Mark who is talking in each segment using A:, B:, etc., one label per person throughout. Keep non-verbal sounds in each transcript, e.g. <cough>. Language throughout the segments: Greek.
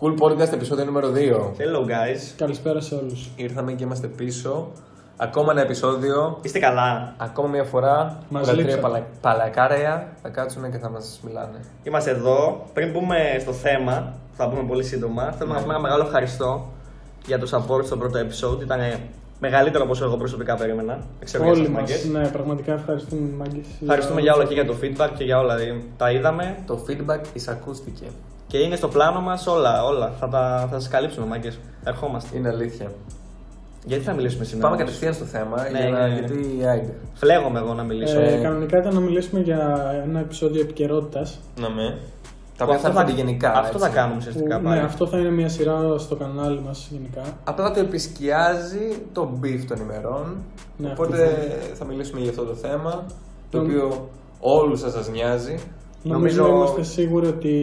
A: Full podcast επεισόδιο νούμερο 2.
B: Hello guys.
C: Καλησπέρα σε όλους.
A: Ήρθαμε και είμαστε πίσω. Ακόμα ένα επεισόδιο.
B: Είστε καλά.
A: Ακόμα μια φορά.
C: Μας
A: όλα τρία
C: λείψατε.
A: παλα... παλακάρια θα κάτσουν και θα μας μιλάνε.
B: Είμαστε εδώ. Πριν μπούμε στο θέμα, που θα πούμε πολύ σύντομα, θέλουμε να
A: Ναι.
B: πούμε ένα μεγάλο ευχαριστώ για το support στο πρώτο episode. Ήταν μεγαλύτερο από όσο εγώ προσωπικά περίμενα. Εξαιρετικά
C: Όλοι
B: σας,
C: μας.
B: μάγκες.
C: Ναι, πραγματικά ευχαριστούμε μάγκες.
B: Ευχαριστούμε για όλα και για το feedback και για όλα. δηλαδή, Τα είδαμε
A: Το feedback εισακούστηκε.
B: και είναι στο πλάνο μας όλα. όλα. Θα, τα, θα σας καλύψουμε, μάγκες. Ερχόμαστε.
A: Είναι αλήθεια.
B: Γιατί θα μιλήσουμε σήμερα.
A: Πάμε
B: όμως?
A: κατευθείαν στο θέμα.
B: Ναι,
A: για να...
B: ναι, ναι.
A: Γιατί άιντε.
B: Φλέγομαι εγώ να μιλήσω.
C: Ε, κανονικά ήταν να μιλήσουμε για ένα επεισόδιο επικαιρότητας.
A: Να με. Τα
B: Που
A: οποία θα
B: αυτό θα-
A: έρχονται γενικά.
B: Αυτό
A: έτσι.
B: θα κάνουμε ουσιαστικά
C: ναι,
B: πάλι.
C: αυτό θα είναι μια σειρά στο κανάλι μας γενικά.
A: Απλά το επισκιάζει το beef των ημερών.
C: Ναι,
A: Οπότε
C: αυτό
A: θα μιλήσουμε για αυτό το θέμα. Το
C: Τον-
A: οποίο όλους σα σας νοιάζει.
C: Νομίζω,
B: Νομίζω-
C: είμαστε σίγουροι ότι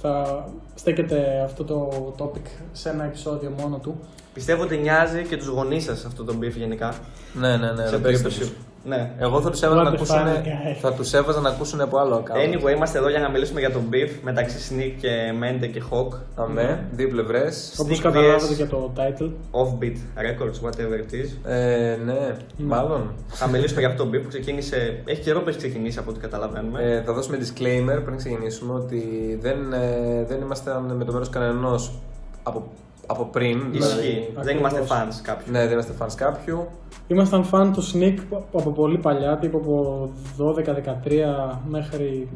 C: θα στέκεται αυτό το topic σε ένα επεισόδιο μόνο του.
B: Πιστεύω ότι νοιάζει και τους γονείς σας αυτό το beef γενικά.
A: Ναι, ναι, ναι.
B: σε
A: ρωτήστε τους.
B: περίπτωση. Ναι.
A: Εγώ θα τους έβαζα,
C: What
A: να
C: the
A: ακούσουνε-
C: fuck, guy.
A: θα τους έβαζα να ακούσουν από άλλο account.
B: Anyway, είμαστε εδώ για να μιλήσουμε για τον beef μεταξύ Sneak και Mente και Hawk.
A: Αμέ, δύο πλευρές.
C: Όπως
B: Sneak
C: καταλάβατε
B: vs.
C: για το title.
B: Offbeat Records, whatever it is.
A: Ε, ναι, μάλλον.
B: θα μιλήσουμε για αυτό το beef που ξεκίνησε. Έχει καιρό που έχει ξεκινήσει από ό,τι καταλαβαίνουμε.
A: Ε, θα δώσουμε disclaimer πριν ξεκινήσουμε ότι δεν, ε, δεν ήμασταν με το μέρος κανενό από, από πριν. δηλαδή.
B: Ισχύει. Δεν
C: δηλαδή, ακριβώς.
B: είμαστε fans κάποιου.
A: Ναι, δεν είμαστε fans κάποιου.
C: Ήμασταν fan του Sneak από πολύ παλιά, τύπου από 12-13 μέχρι...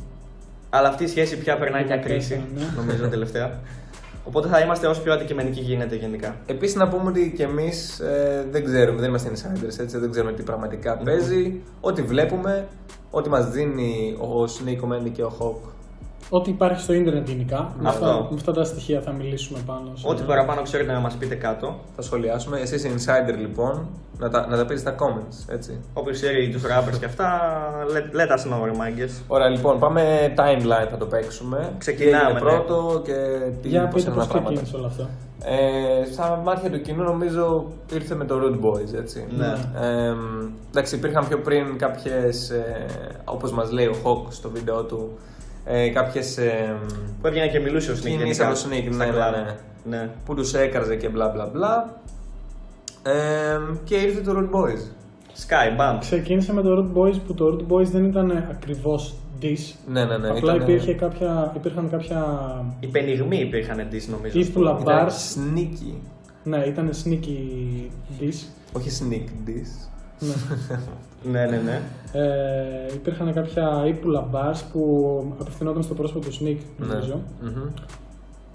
B: Αλλά αυτή η σχέση πια περνάει μια κρίση,
C: Ναι.
B: νομίζω τελευταία. Οπότε θα είμαστε όσο πιο αντικειμενικοί γίνεται
C: Ναι.
B: γενικά.
A: Επίσης, να πούμε ότι και εμείς δεν ξέρουμε, δεν είμαστε insiders, έτσι, δεν ξέρουμε τι πραγματικά
B: Ναι.
A: παίζει. Ό,τι βλέπουμε, ό,τι μας δίνει ο Snake, ο Mandy και ο Hawk
C: Ό,τι υπάρχει στο ίντερνετ γενικά. Με
B: Αυτό.
C: αυτά, με αυτά τα στοιχεία θα μιλήσουμε πάνω. σε-
B: Ό,τι παραπάνω ξέρετε να μας πείτε κάτω.
A: θα σχολιάσουμε. Εσύ είσαι insider λοιπόν, να τα, να τα πείτε στα comments, έτσι.
B: Όποιο ξέρει τους rappers και αυτά, let, let us know, ρε μάγκες.
A: Ωραία, λοιπόν, πάμε timeline θα το παίξουμε.
B: Ξεκινάμε,
A: Τι έγινε
B: ναι.
A: πρώτο και τι πώς
C: Για πείτε
A: ήταν τα
C: πώς
A: πράγματα.
C: ξεκίνησε όλο αυτό.
A: Ε, στα μάτια του κοινού νομίζω ήρθε με το Root Boys, έτσι.
B: Ναι.
A: Ε, εντάξει, υπήρχαν πιο πριν κάποιες, ε, όπως μας λέει ο Hawk στο βίντεο του, ε, κάποιες ε,
B: Που έβγαινε και μιλούσε ο Sneak.
A: Κινήσε
B: γενικά
A: το Sneak,
B: στα
A: ναι, ναι,
B: κλαμπ.
A: ναι.
B: ναι.
A: που τους έκραζε και μπλα μπλα μπλα. Ε, και ήρθε το Root Boys.
B: Sky, bam.
C: Ξεκίνησε με το Root Boys που το Root Boys δεν ήταν ακριβώς diss.
A: Ναι, ναι, ναι.
C: Απλά
A: ήταν-
C: υπήρχε κάποια, υπήρχαν κάποια
B: Οι πενιγμοί υπήρχαν diss νομίζω.
C: ύφουλα
A: ήταν
C: bars.
A: sneaky.
C: Ναι, ήταν sneaky diss.
A: Όχι sneak diss.
C: Ναι.
B: Ναι, ναι, ναι.
C: Ε, υπήρχαν κάποια ύπουλα bars που απευθυνόταν στο πρόσωπο του Sneak,
B: Ναι.
C: νομίζω.
A: Ναι. Μμμ.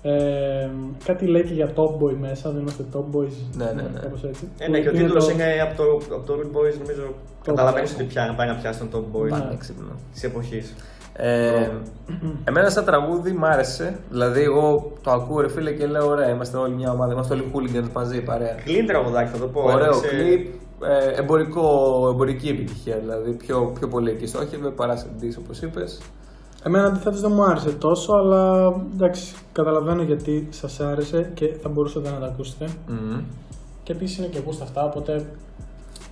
C: Ε, κάτι λέει και για Top Boy μέσα, δεν είμαστε Top Boys.
A: Ναι, ναι, ναι.
C: Κάπως έτσι.
B: Ε, ναι, και ο
C: Είναι
B: τίτλος
C: το-
B: είναι από το, από το Root Boys, νομίζω. Καταλαβαίνεις ότι πια, πάει να πιάσει τον Top Boy
A: Πάνε έξυπνο.
B: της εποχής.
A: Ε, εμένα σαν τραγούδι μ' άρεσε. Δηλαδή, εγώ το ακούω ρε φίλε και λέω: Ωραία, είμαστε όλοι μια ομάδα. Είμαστε όλοι hooligans μαζί, παρέα.
B: Κλείνει τραγουδάκι, θα το πω.
A: Ωραίο
B: έπαιξε-
A: κλιπ. Ε, εμπορικό, εμπορική επιτυχία δηλαδή. Πιο, πιο πολύ εκεί στόχευε παρά σε ντύς, όπως είπες.
C: Εμένα αντιθέτως δεν μου άρεσε τόσο, αλλά εντάξει, καταλαβαίνω γιατί σας άρεσε και θα μπορούσατε να τα ακούσετε.
A: Μμμ.
C: Και επίσης είναι και γούστα αυτά, οπότε.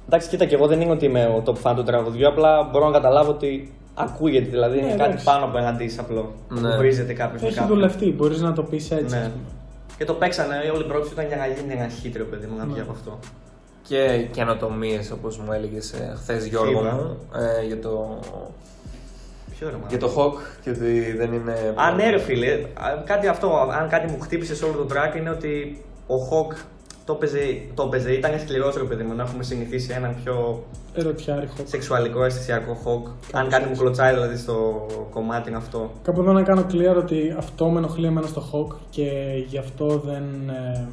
B: Εντάξει, κοίτα, και εγώ δεν είναι ότι είμαι ο top fan του τραγουδιού, απλά μπορώ να καταλάβω ότι ακούγεται. Δηλαδή είναι
C: Ναι,
B: κάτι
C: εντάξει.
B: πάνω από ένα diss απλό.
A: Ναι.
B: Που βρίζεται κάποιος με
C: Έχεις
B: κάποιον.
C: δουλευτεί, μπορείς να το πεις έτσι.
B: Ναι.
C: ας πούμε.
B: Και το παίξανε, όλοι οι πρώτοι ήταν για να γίνει ένα χύτριο παιδί μου να βγει από αυτό.
A: και καινοτομίες, όπως μου έλεγες ε, χθες Γιώργο
B: Είπα.
A: μου, ε, για το,
B: Ποιο ρε,
A: για
B: μάλλον.
A: το Hawk και ότι δεν είναι.
B: Αν ναι, ρε φίλε, α, κάτι αυτό, αν κάτι μου χτύπησε σε όλο το track είναι ότι ο Hawk το έπαιζε, το έπαιζε ήταν σκληρός ρε παιδί μου, να έχουμε συνηθίσει έναν πιο
C: Ερωτιάρικο.
B: σεξουαλικό αισθησιακό Hawk. Αν κάτι μου κλωτσάει δηλαδή στο κομμάτι είναι αυτό.
C: Κάπου εδώ να κάνω clear ότι αυτό με ενοχλεί εμένα στο Hawk και γι' αυτό δεν ε,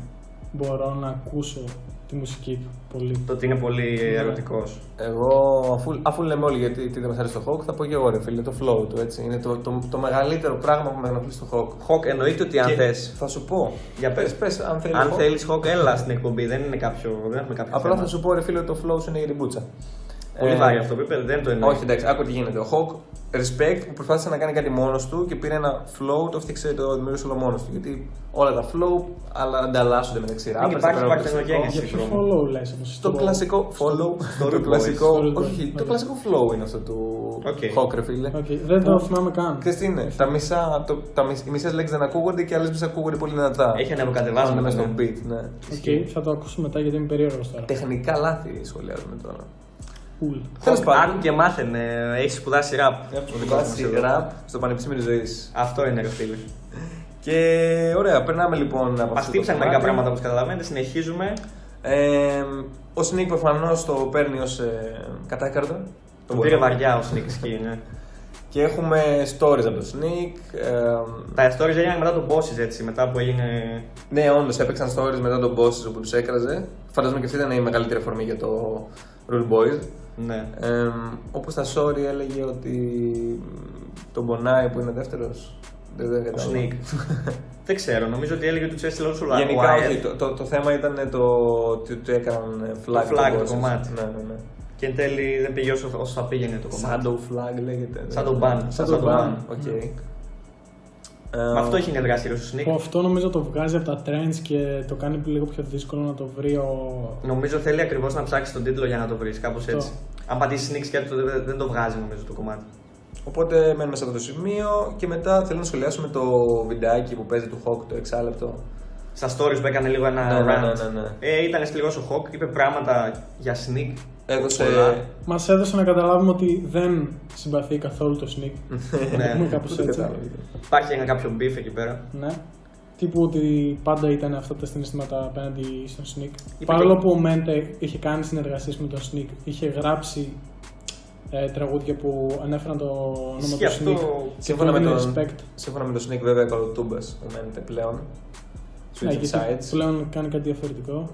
C: μπορώ να ακούσω τη μουσική του πολύ.
B: Το ότι είναι
A: Ναι.
B: πολύ ερωτικός.
A: Εγώ, αφού, αφού λέμε όλοι γιατί τι δεν μας αρέσει το Hawk, θα πω και εγώ ρε φίλε, το flow του έτσι. Είναι το, το, το μεγαλύτερο πράγμα που με ενοχλεί στο Hawk.
B: Hawk εννοείται ότι αν
A: Και
B: θες.
A: Θα σου πω.
B: Για
A: πες,
B: πες.
A: πες, αν θέλεις.
B: Αν
A: Hawk.
B: θέλεις Hawk, έλα στην εκπομπή. Δεν είναι κάποιο. Δεν έχουμε κάποιο.
A: Απλά
B: θέμα.
A: θα σου πω ρε φίλε, το flow σου είναι για την πουτσα.
B: Πολύ
A: Ε,
B: βάρη αυτό που είπε, δεν το εννοώ.
A: Όχι, εντάξει, άκου τι γίνεται. Ο Hawk, respect που προσπάθησε να κάνει κάτι μόνος του και πήρε ένα flow, το φτιάξε το δημιουργούσε όλο μόνος του. Γιατί όλα τα flow αλλά ανταλλάσσονται μεταξύ ράπερ.
B: υπάρχει
A: σε πέρα-
B: παρτενογένεια.
C: Για ποιο
B: Συγγνώμη.
C: follow λες, όπως
A: Το
C: στο-
A: κλασικό follow, το
B: Story
A: κλασικό,
C: Story boys.
A: όχι, το
C: Ωραία.
A: κλασικό flow είναι αυτό του
B: Οκ.
A: Hawk, ρε φίλε.
C: Οκ, δεν το θυμάμαι καν.
A: Ξέρεις τι είναι, τα μισά, το, τα μισ- οι μισές λέξεις δεν ακούγονται και οι άλλες μισές ακούγονται πολύ δυνατά.
B: Έχει ανεβοκατεβάσματα,
A: Πάνω μέσα στο
B: ναι.
A: beat, ναι.
C: Οκ, θα το ακούσω μετά γιατί είμαι περίεργος τώρα.
A: Τεχνικά λάθη σχολιάζουμε τώρα.
C: Cool.
A: Τέλος πάντων.
B: Άκου και μάθαινε, έχεις σπουδάσει ραπ. Ο δικός μας
A: Βάση
B: εδώ.
A: rap στο Πανεπιστήμιο της Ζωής.
B: Αυτό είναι, ρε φίλε.
A: Και ωραία, περνάμε λοιπόν από
B: Μα
A: αυτό το
B: τύψαν μερικά
A: κομμάτι.
B: πράγματα όπως καταλαβαίνετε, συνεχίζουμε.
A: Ε, ο Σνίκ προφανώς το παίρνει ως ε, κατάκαρτο.
B: Το
A: μπορεί.
B: πήρε βαριά ο Sneak Skin. ναι.
A: Και έχουμε stories από το Σνίκ. Ε,
B: Τα stories έγιναν μετά τον Bosses έτσι, μετά που έγινε.
A: ναι, όντως έπαιξαν stories μετά τον Bosses όπου τους έκραζε. Φαντάζομαι και αυτή ήταν η μεγαλύτερη αφορμή για το Rule Boys.
B: Ναι.
A: Ε, Όπως τα Sorry έλεγε ότι τον πονάει που είναι δεύτερος. Δεν, δεν
B: Ο
A: κατάλαβα. <laughs>
B: Sneak. Δεν ξέρω, νομίζω ότι έλεγε ότι του έστειλε όλους του
A: Γενικά όχι, το, το, το θέμα ήταν το ότι του έκαναν ε, flag.
B: flag,
A: τον
B: το
A: Bosses.
B: κομμάτι.
A: Ναι, ναι, ναι.
B: Και εν τέλει δεν πήγε όσο, όσο θα πήγαινε το κομμάτι.
A: Shadow flag λέγεται. ναι.
B: Shadow ban.
A: Shadow
B: Shadow
A: ban,
B: ban,
A: οκ.
C: ναι.
A: Ε,
B: Με αυτό έχει συνεργάσει ο Sneak.
C: Που Λοιπόν, αυτό νομίζω το βγάζει από τα trends και το κάνει λίγο πιο δύσκολο να το βρει ο.
B: Νομίζω θέλει ακριβώς να ψάξει τον τίτλο για να το βρεις, κάπως
C: Αυτό.
B: έτσι. Αν πατήσει Sneak Skin δεν, δεν το βγάζει νομίζω το κομμάτι.
A: Οπότε μένουμε σε αυτό το σημείο και μετά θέλω να σχολιάσουμε το βιντεάκι που παίζει του Hawk το εξάλεπτο.
B: Στα stories που έκανε λίγο ένα
A: Ναι, ναι,
B: rant.
A: ναι, ναι, ναι.
B: Ε, ήταν σκληρό ο Hawk, είπε πράγματα για
A: <laughs>
B: Sneak.
A: Έδωσε.
B: Πολλά.
C: Μας έδωσε να καταλάβουμε ότι δεν συμπαθεί καθόλου το Sneak.
B: ναι.
C: κάπως
A: Δεν
C: έτσι.
A: κατάλαβα.
B: Υπάρχει ένα κάποιο beef εκεί πέρα.
C: Ναι. Τύπου ότι πάντα ήταν αυτά τα συναισθήματα απέναντι στον Sneak.
B: και-
C: Παρόλο που ο Μέντε είχε κάνει συνεργασίες με τον Sneak, είχε γράψει ε, τραγούδια που ανέφεραν το όνομα
B: Ισχύει
C: του
B: αυτό.
C: Sneak.
A: Σύμφωνα με,
C: Τον
A: τον...
C: respect.
A: Σύμφωνα με τον Snake, βέβαια, καλοτούμπα που μένετε πλέον.
C: Ναι,
A: Switching
C: γιατί
A: sides.
C: πλέον κάνει κάτι διαφορετικό.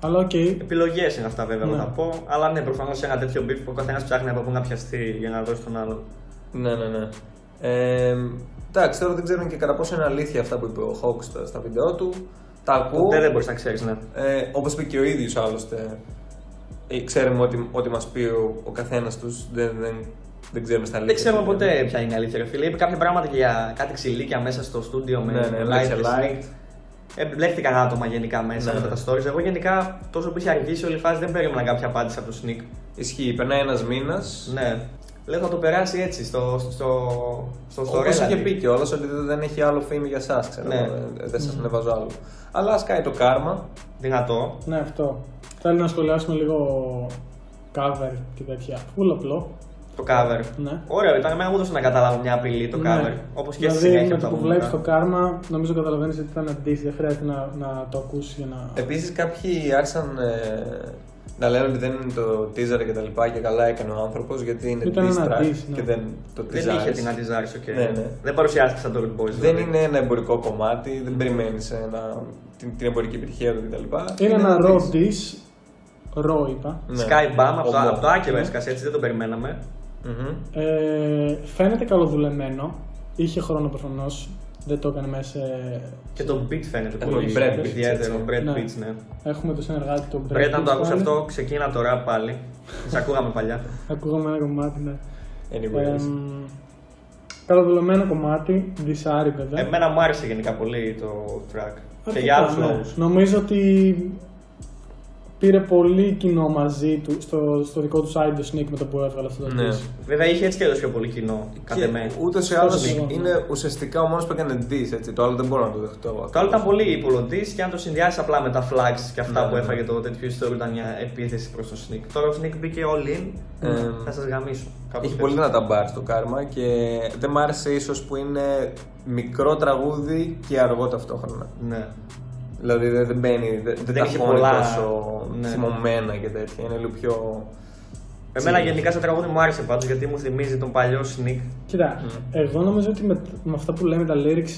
C: Αλλά οκ,
B: Επιλογές είναι αυτά βέβαια
C: Ναι.
B: να τα πω. Αλλά ναι, προφανώς ένα τέτοιο beef που ο καθένας ψάχνει από πού να πιαστεί για να δώσει τον άλλον.
A: Ναι, ναι, ναι. Ε, εντάξει, τώρα δεν ξέρουμε και κατά πόσο είναι αλήθεια αυτά που είπε ο Hawk στα, στα βίντεο του. Τα ακούω.
B: Ποτέ δεν μπορείς να ξέρεις, ναι.
A: Ε, Όπως είπε και ο ίδιος άλλωστε, ε, ξέρουμε ότι, ότι μας πει ο, ο καθένας τους. Δεν, δεν, δεν ξέρουμε στα αλήθεια.
B: Δεν ξέρουμε ποτέ ποια είναι η αλήθεια, ρε φίλε. Είπε κάποια πράγματα και για κάτι ξυλίκια μέσα στο στούντιο με
A: Ναι, ναι,
B: live
A: light,
B: και
A: light.
B: Sneak. Εμπλέχτηκαν άτομα γενικά μέσα
A: Ναι.
B: με τα stories. Εγώ γενικά τόσο που είχε αργήσει όλη η φάση δεν περίμενα κάποια απάντηση από το Sneak.
A: Ισχύει, περνάει ένας μήνας.
B: Ναι. Λέω θα το περάσει έτσι στο, στο, στο, στο
A: Όπως
B: story,
A: είχε
B: δηλαδή.
A: πει κιόλας ότι δεν δεν έχει άλλο φήμη για εσάς, ξέρω.
B: Ναι.
A: εγώ, ε, Δεν σας ανεβάζω άλλο. Αλλά ας κάνει το κάρμα.
B: Δυνατό.
C: ναι αυτό. Θέλω να σχολιάσουμε λίγο cover και τέτοια. Πολύ απλό.
B: Το cover.
C: Ναι.
B: Ωραίο ήταν, εμένα μου έδωσε να καταλάβω μια απειλή το cover.
C: Ναι.
B: Όπως και στη
C: δηλαδή,
B: συνέχεια
C: με
B: από
C: το
B: τα
C: που
B: βουμπούρα.
C: βλέπεις το κάρμα, νομίζω καταλαβαίνεις ότι ήταν αντίστοιχο. Δεν χρειάζεται να, να το ακούσεις για να.
A: Επίσης κάποιοι άρχισαν ε, να λένε ότι δεν είναι το teaser και τα λοιπά και καλά έκανε ο άνθρωπος γιατί είναι
C: Ήταν
A: diss
C: ένα
A: track
C: diss, ναι.
A: και δεν το
B: Δεν είχε
A: teaseάρεις.
B: την αντιζάρι, οκ.
A: Ναι, ναι.
B: Δεν παρουσιάστηκε σαν το Rude Boys.
A: Δεν
B: δηλαδή.
A: είναι ένα εμπορικό κομμάτι, δεν περιμένεις την, την εμπορική επιτυχία του κτλ.
C: Είναι ένα
A: diss.
C: raw dish. Raw είπα.
A: Ναι.
B: Sky Bomb από το,
A: Ομό. Ναι.
B: από το άκυρο έσκασε έτσι, δεν το περιμέναμε.
A: Μμμ.
C: Ε, φαίνεται καλοδουλεμένο. Είχε χρόνο προφανώς. Δεν το έκανε μέσα. σε-
B: Και το beat φαίνεται
A: Έχουμε
B: πολύ
A: Ε, τον Brad Pitt,
B: ιδιαίτερο.
A: έτσι.
B: Brad
C: Ναι.
B: Pitt, ναι.
C: Έχουμε το συνεργάτη τον
B: Brad, να το ακούσει
C: πάλι.
B: αυτό, ξεκίνα το rap πάλι. Σε ακούγαμε παλιά.
C: Ακούγαμε ένα κομμάτι. Ναι.
A: Anyways.
C: Εμ, καλοδουλεμένο κομμάτι. Δυσάρι, βέβαια.
B: Εμένα μου άρεσε γενικά πολύ το track. Και
C: Αρκετά,
B: για άλλους
C: ναι.
B: λόγους.
C: Νομίζω ότι πήρε πολύ κοινό μαζί του στο, στο δικό του site του Sneak με το που έβγαλε αυτό το
A: Ναι.
C: diss.
B: Βέβαια είχε έτσι και έδωσε πιο πολύ κοινό, κατά
A: Και
B: εμέ.
A: ούτως ή άλλω
C: Σωστό, ναι.
A: είναι ουσιαστικά ο μόνος που έκανε diss, έτσι. Το άλλο δεν μπορώ να το δεχτώ.
B: Το άλλο
C: Ναι.
B: ήταν πολύ υπολοντή και αν το συνδυάσεις απλά με τα flags και αυτά
A: Ναι,
B: που
A: ναι.
B: έφαγε το τέτοιο ιστορικό ήταν μια επίθεση προς τον Sneak. Τώρα ο Sneak μπήκε all in.
A: Ε,
B: θα σας γαμίσω. Κάπως
A: Έχει
B: έτσι.
A: πολύ δυνατά μπαρ στο κάρμα και δεν μ' άρεσε ίσως που είναι μικρό τραγούδι και αργό ταυτόχρονα.
B: Ναι.
A: Δηλαδή δεν, δεν μπαίνει, δεν, δεν
B: Δεν
A: τα
B: είχε
A: χώνει
B: πολλά,
A: τόσο
B: ναι.
A: θυμωμένα και τέτοια. Είναι λίγο πιο.
B: Εμένα
A: Τσίγκα.
B: γενικά σαν τραγούδι μου άρεσε πάντως γιατί μου θυμίζει τον παλιό Sneak.
C: Κοίτα,
B: Ναι.
C: εγώ νομίζω ότι με, με αυτά που λέμε τα lyrics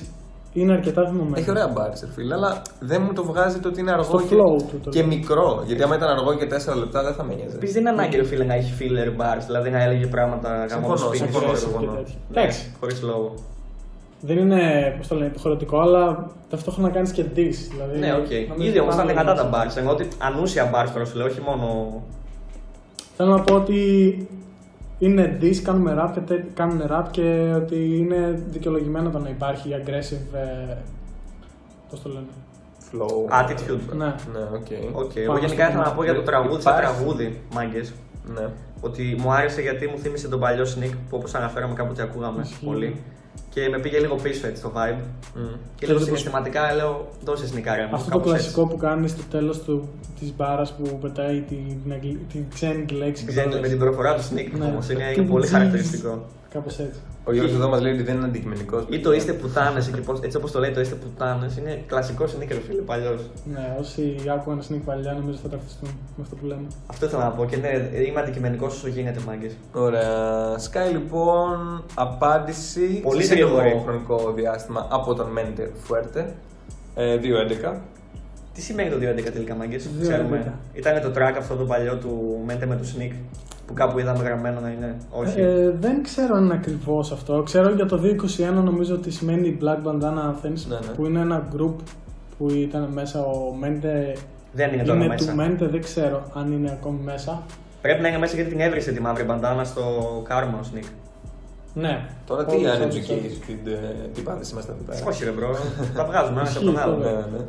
C: είναι αρκετά
B: Ναι.
C: θυμωμένα.
A: Έχει ωραία μπάρ, ρε φίλε, αλλά δεν μου το βγάζει το ότι είναι αργό
C: Στο
A: και,
C: flow του το
A: και
C: λέω.
A: μικρό. Γιατί άμα ήταν αργό και 4 λεπτά δεν θα με νοιάζει.
B: Επίση δεν είναι ανάγκη ρε φίλε να έχει filler bars, δηλαδή να έλεγε πράγματα γαμμό
A: Συμφωνώ,
B: σπίτι.
A: συμφωνώ,
C: Και
A: συμφωνώ.
C: τέτοια. Εντάξει,
B: Χωρί ναι. λόγο.
C: δεν είναι πώς το λένε, υποχρεωτικό, αλλά ταυτόχρονα κάνεις και diss. Δηλαδή,
B: Ναι, οκ.
C: νομίζω
B: Ήδη όμως
C: πάρα
B: ήταν
C: πολύ
B: δυνατά τα
C: μέσα.
B: bars. Εγώ ότι ανούσια bars τώρα σου λέω, όχι μόνο.
C: Θέλω να πω ότι είναι diss, κάνουμε rap και, τέ- κάνουν rap και ότι είναι δικαιολογημένο το να υπάρχει aggressive. Ε, Πώς το λένε.
A: Flow.
B: Attitude.
C: Ναι.
A: Ναι, οκ.
B: Οκ, εγώ
C: Πάμε
B: γενικά
C: στο
B: ήθελα να πω για το τραγούδι, σαν
A: Υπάρχει.
B: τραγούδι, μάγκες.
A: Ναι.
B: Ότι μου άρεσε γιατί μου θύμισε τον παλιό Sneak που όπως αναφέραμε κάποτε ακούγαμε
C: Ισχύει.
B: πολύ. Και με πήγε λίγο πίσω έτσι το vibe.
A: Μμ.
B: Και
C: Και
B: λίγο
C: το-
B: συναισθηματικά λέω: Δώσε σνικάρια μου.
C: Αυτό το
B: κάπως
C: κλασικό που κάνεις στο τέλος της μπάρας που πετάει την, αγγλ- την ξένη λέξη.
B: έτσι. Ξέρετε, με την προφορά του Sneak
C: Ναι.
B: όμως είναι,
C: Τι
B: είναι πολύ
C: τζις.
B: χαρακτηριστικό.
C: Κάπως έτσι.
A: Ο Γιώργος εδώ μας λέει ότι δεν είναι αντικειμενικός.
B: Ή το είστε πουτάνες, έτσι όπως το λέει το είστε πουτάνες, είναι κλασικό Sneak, ρε φίλε, παλιός.
C: Ναι, όσοι άκουγαν sneak παλιά νομίζω θα ταυτιστούν με αυτό που λέμε.
B: Αυτό ήθελα να πω και ναι, είμαι αντικειμενικός όσο γίνεται, μάγκες.
A: Ωραία. Sky λοιπόν, απάντηση
B: Πολύ
A: σε σύντομο
B: γρήγορη.
A: χρονικό διάστημα από τον Μέντε Φουέρτε. Ε, 2-11.
B: Τι σημαίνει το 2.11 τελικά, μάγκες.
C: 2.11.
B: Ξέρουμε. Ήταν το track αυτό το παλιό του Μέντε με το Sneak που κάπου είδαμε γραμμένο να είναι. Όχι.
C: Ε, δεν ξέρω αν είναι ακριβώς αυτό. Ξέρω για το 2021 νομίζω ότι σημαίνει Black Bandana Athens
A: Ναι, ναι.
C: που είναι ένα group που ήταν μέσα ο Μέντε.
B: Δεν είναι τώρα
C: Είναι
B: μέσα.
C: του Μέντε, δεν ξέρω αν είναι ακόμη μέσα.
B: Πρέπει να είναι μέσα γιατί την έβρισε τη μαύρη μπαντάνα στο Κάρμα ο Σνικ.
C: Ναι.
A: Τώρα τι
C: Όντως, όντως.
A: uneducated ε, τι πάντες είμαστε εδώ πέρα.
B: Όχι, ρε
C: <laughs>
B: μπρο. Τα βγάζουμε ένα από τον
C: Ισχύει
B: άλλο.
A: Ναι, ναι.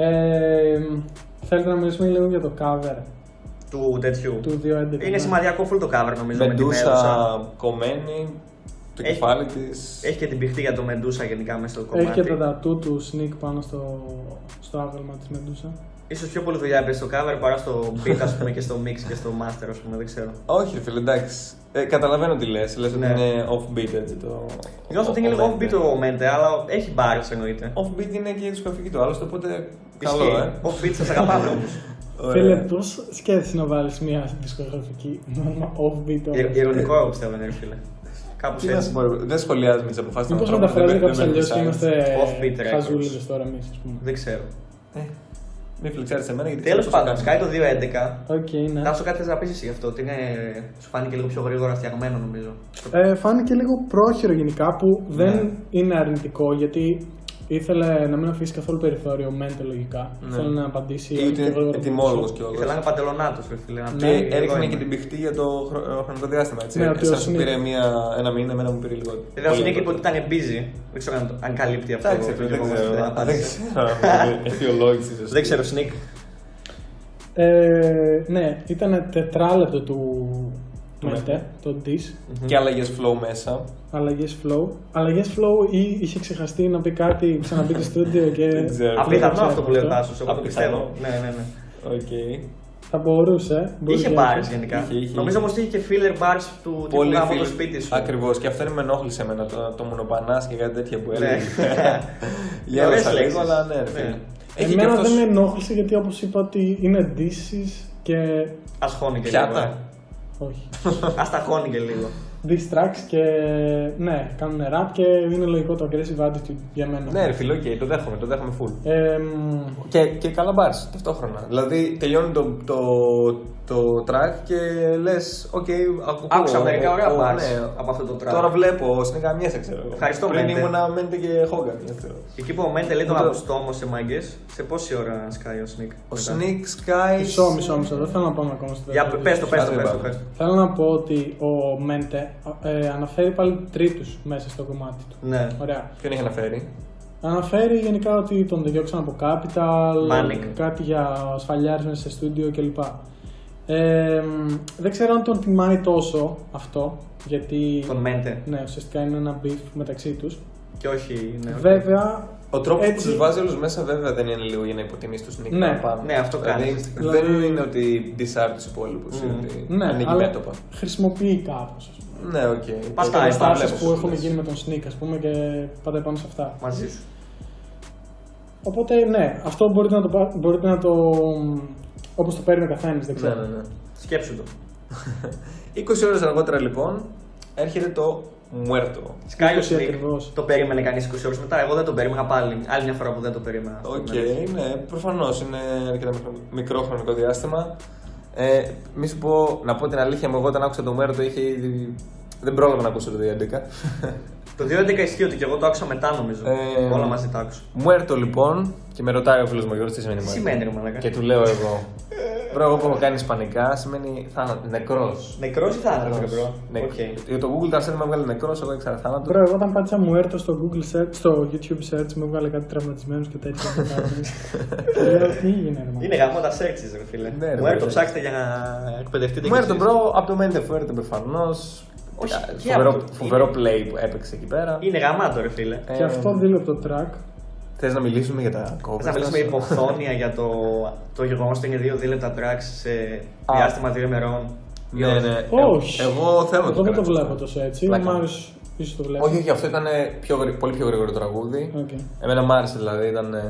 C: Ε, θέλετε να μιλήσουμε λίγο για το cover
B: Του τέτοιου.
C: του 2.11.
B: Είναι σημαδιακό full το cover νομίζω. με τη Μέντουσα.
A: Μεντούσα κομμένη, το
B: Έχει-
A: κεφάλι της.
B: Έχει και την πηχτή για το Μεντούσα γενικά μέσα στο κομμάτι.
C: Έχει και τα τατού του Sneak πάνω στο, στο άγαλμα της Μεντούσα.
B: Ίσως πιο πολύ δουλειά έπαιζε στο cover παρά στο beat ας πούμε και στο mix και στο master ας πούμε, δεν ξέρω.
A: Όχι, ρε φίλε, εντάξει. Ε, καταλαβαίνω τι λες. Λες ότι
B: Ναι.
A: είναι offbeat έτσι το.
B: Νιώθω ότι είναι
A: ο- ο
B: λίγο
A: Mente.
B: offbeat το Mente, αλλά έχει bars εννοείται.
A: Offbeat είναι και δισκογραφική του, άλλωστε οπότε. Καλό,
B: Ισχύει.
A: ε.
B: Offbeat σας αγαπάμε όμως.
A: <laughs> Ωραία.
C: Φίλε, πώς σκέφτεσαι να βάλεις μια δισκογραφική νόημα offbeat
B: Ιε-
C: όμως.
B: Ιερωνικό εγώ πιστεύω είναι ρε φίλε. Κάπως
A: Τι να σου
B: έτσι.
A: πω, ρε, δεν σχολιάζουμε τις αποφάσεις
C: Μήπως
A: ανθρώπων, δεν
C: μεταφράζεται
A: παίρνουμε
C: κάπως αλλιώς και
A: insights.
C: είμαστε
B: Offbeat records.
C: χαζούλιδες τώρα εμείς, ας πούμε.
B: Δεν ξέρω.
A: Ε, Μη φλεξάρεις σε μένα γιατί.
B: Τέλος
A: ξέρω πώς
B: πάντων,
A: θα
B: σκάει
A: κάνεις.
B: το 2-11.
C: Οκ, ναι.
B: Να σου κάτι θες να πεις εσύ γι' αυτό, ότι είναι... σου φάνηκε λίγο πιο γρήγορα φτιαγμένο νομίζω.
C: Ε, φάνηκε λίγο πρόχειρο γενικά που δεν είναι αρνητικό γιατί ήθελε να μην αφήσει καθόλου περιθώριο μέντε λογικά.
A: Ναι.
C: Ήθελε να απαντήσει
A: Ή ότι
C: όσο πιο
A: είναι
C: γρήγορα
A: ετοιμόλογος
C: μπορούσε.
A: κιόλας.
B: Ήθελα να είναι παντελονάτος ρε φίλε. να πει,
A: Και
B: εγώ
A: έριχνε
B: είμαι.
A: Ναι, και την πηχτή για το χρο- ε, χρονικό διάστημα. Έτσι.
C: Ναι,
A: Ναι,
C: ότι ο
A: Σαν σου
C: Smith-
A: πήρε μία, ένα μήνα, εμένα μου πήρε λίγο.
B: Βέβαια ο
A: πολύ
B: Σνίκ είπε
A: λίγο.
B: ότι ήταν busy. Δεν ξέρω αν, το- αν καλύπτει αυτό.
A: Εντάξει,
B: το
A: φίλε, δεν
B: γεγονός
A: ξέρω. <laughs>
B: ότι
A: Δεν
B: <laughs> απάντησε.
C: <laughs>
A: ξέρω. Αιτιολόγησης, ίσως.
B: Δεν ξέρω Σνίκ.
C: Ε, ναι, ήταν τετράλεπτο του
A: Του
C: μέντε, το diss.
A: Και αλλαγές flow μέσα.
C: Αλλαγές flow. Αλλαγές flow ή είχε ξεχαστεί να πει κάτι, ξαναμπεί στο στούντιο και.
A: Δεν ξέρω.
B: Απίθανο
C: ξέρω
B: αυτό που λέει ο
C: αυτό.
B: Τάσος, εγώ το
A: Απίθανο.
B: πιστεύω. Ναι, ναι, ναι.
A: Οκ.
C: Θα μπορούσε. μπορούσε
B: Είχε
C: να
B: bars
C: πει.
B: γενικά.
A: Είχε, είχε,
B: Νομίζω
A: είχε.
B: όμως είχε και filler bars του τύπου γάμο το σπίτι σου.
A: Ακριβώς. Και αυτό είναι με ενόχλησε εμένα το, το μονοπανάς και κάτι τέτοια που
B: <laughs>
A: έλεγε.
B: Ναι.
A: Γέλασα
B: Ωραίες
A: λίγο,
B: λέξεις.
A: αλλά ναι, ρε φίλε.
B: Ναι.
A: Έχει και
C: Εμένα
A: αυτός
C: δεν με ενόχλησε γιατί όπως είπα ότι είναι disses και.
B: Ασχώνει και λίγο.
A: πιάτα.
B: <laughs>
C: Όχι.
B: Ας τα χώνει και λίγο.
C: diss tracks και ναι, κάνουν rap και είναι λογικό το aggressive attitude για μένα.
A: Ναι, ρε φίλε, οκ, το δέχομαι, το δέχομαι full.
C: Εμ,
A: Και, και καλά μπαρς ταυτόχρονα. Δηλαδή τελειώνει το, το, το track και λες, οκ, ακούω.
B: Άκουσα μερικά ωραία
A: ο-
B: bars
A: ναι.
B: από αυτό το track.
A: Τώρα βλέπω, στην καμιά σε ξέρω. εγώ.
B: Ευχαριστώ,
A: Πριν
B: Μέντε.
A: ήμουνα Μέντε και Χόγκαν. δεν ξέρω.
B: Εκεί που ο Μέντε λέει τον
A: Ούτε-
B: ακουστό όμως σε μάγκες, σε πόση ώρα σκάει ο Σνίκ.
A: Ο
B: μετά?
A: Sneak Sky.
C: Μισό, μισό, μισό. Δεν θέλω να πάμε ακόμα στο
B: Για
C: δεύτερο
B: πες το,
C: disc.
B: πες
A: Ας
B: το,
A: μην
B: πες το,
A: πάμε.
B: πες το.
C: Θέλω να πω ότι ο Μέντε ε, αναφέρει πάλι τρίτους μέσα στο κομμάτι του.
B: Ναι.
C: Ωραία.
A: Ποιον έχει αναφέρει.
C: Αναφέρει γενικά ότι τον διώξαν από Capital,
B: Manic.
C: κάτι για σφαλιάρισμα σε στούντιο κλπ. Ε, δεν ξέρω αν τον τιμάει τόσο αυτό, γιατί
B: Τον Μέντε.
C: ναι, ουσιαστικά είναι ένα beef μεταξύ τους.
B: Και όχι. Ναι,
C: Βέβαια,
A: Ο τρόπος που
C: Έτσι.
A: τους βάζει όλους μέσα βέβαια δεν είναι λίγο για να υποτιμήσεις τους Sneak.
C: Ναι.
A: παραπάνω.
B: Ναι, αυτό κάνεις.
A: Δεν
C: Δηλαδή-
A: είναι ότι disarm τους υπόλοιπους.
B: Μμμ.
C: ναι,
A: Ανοίγει
C: αλλά
A: μέτωπα.
C: χρησιμοποιεί κάπως. ας πούμε.
A: Ναι, οκ.
B: Πας
A: Τα-
B: τα-
A: τα
C: Τάσεις
A: βλέπω,
C: που
B: ναι.
C: έχουν
A: λες.
C: γίνει με τον Sneak, ας πούμε, και πάντα πάμε σε αυτά.
B: Μαζί σου.
C: Οπότε, ναι, αυτό μπορείτε να το. πα- Μπορείτε να το όπως το παίρνει ο καθένας, δεν
A: Ναι,
C: ξέρω.
A: ναι, ναι.
B: Σκέψου το.
A: 20 ώρες αργότερα λοιπόν έρχεται το Muerto.
B: Σκάει ο
C: 20
B: Σνικ.
C: ακριβώς.
B: Το περίμενε κανείς 20 ώρες μετά. Εγώ δεν το περίμενα πάλι. Άλλη μια φορά που δεν το περίμενα.
A: Οκ, ναι, προφανώς είναι αρκετά μικρό, μικρό χρονικό διάστημα. Ε, μη σου πω, να πω την αλήθεια μου, εγώ όταν άκουσα το Muerto είχε ήδη... Δεν πρόλαβα να ακούσω το 2.11.
B: Το 2.11 ισχύει ότι και εγώ το άκουσα μετά νομίζω.
A: Ε,
B: Όλα μαζί τα άκουσα.
A: Muerto λοιπόν, και με ρωτάει ο φίλος μου Γιώργος τι σημαίνει
B: Τι
A: Muerto.
B: σημαίνει ρε μαλακά.
A: Και του λέω εγώ. Bro, εγώ που έχω κάνει ισπανικά σημαίνει θάνατο, νεκρός.
B: Νεκρός ή θάνατος, bro. Οκ.
A: Το Google Translate μου έβγαλε νεκρός, εγώ ήξερα θάνατο.
C: Μπρο, εγώ όταν πάτησα μου έρθω στο Google search, στο YouTube search, μου έβγαλε κάτι τραυματισμένος και τέτοια.
B: <laughs>
C: Λέω τι έγινε, ρε
B: Είναι
C: μάνα».
B: γαμό τα searches, ρε φίλε.
A: Ναι, ρε,
B: Μου έρθει
A: βέβαια.
B: το ψάξτε για να εκπαιδευτείτε
A: Μου
B: κι
A: έρθει
B: εσείς.
A: bro από το Μέντε Φουέρτε προφανώς.
B: Όχι, και
A: Φοβερό,
B: από το-
A: φοβερό play που έπαιξε εκεί πέρα.
B: Είναι γαμάτο, ρε φίλε.
C: Και αυτό δήλω το track.
A: Θες να μιλήσουμε για τα κόμματα.
B: Θες να μιλήσουμε υποχθόνια για το, το γεγονός ότι είναι δύο δίλεπτα tracks σε
A: Α.
B: διάστημα δύο ημερών.
A: Ναι, ναι.
C: Όχι.
A: Ε, Εγώ θέλω να
C: Εγώ δεν το
A: κρατήσω.
C: βλέπω τόσο έτσι. Ο
A: Πλάκα.
C: Μάριο ίσως το βλέπει.
A: Όχι, όχι, αυτό ήταν πιο, γρη- πολύ πιο γρήγορο τραγούδι.
C: Οκ.
A: Εμένα μ' άρεσε δηλαδή, ήταν, ε,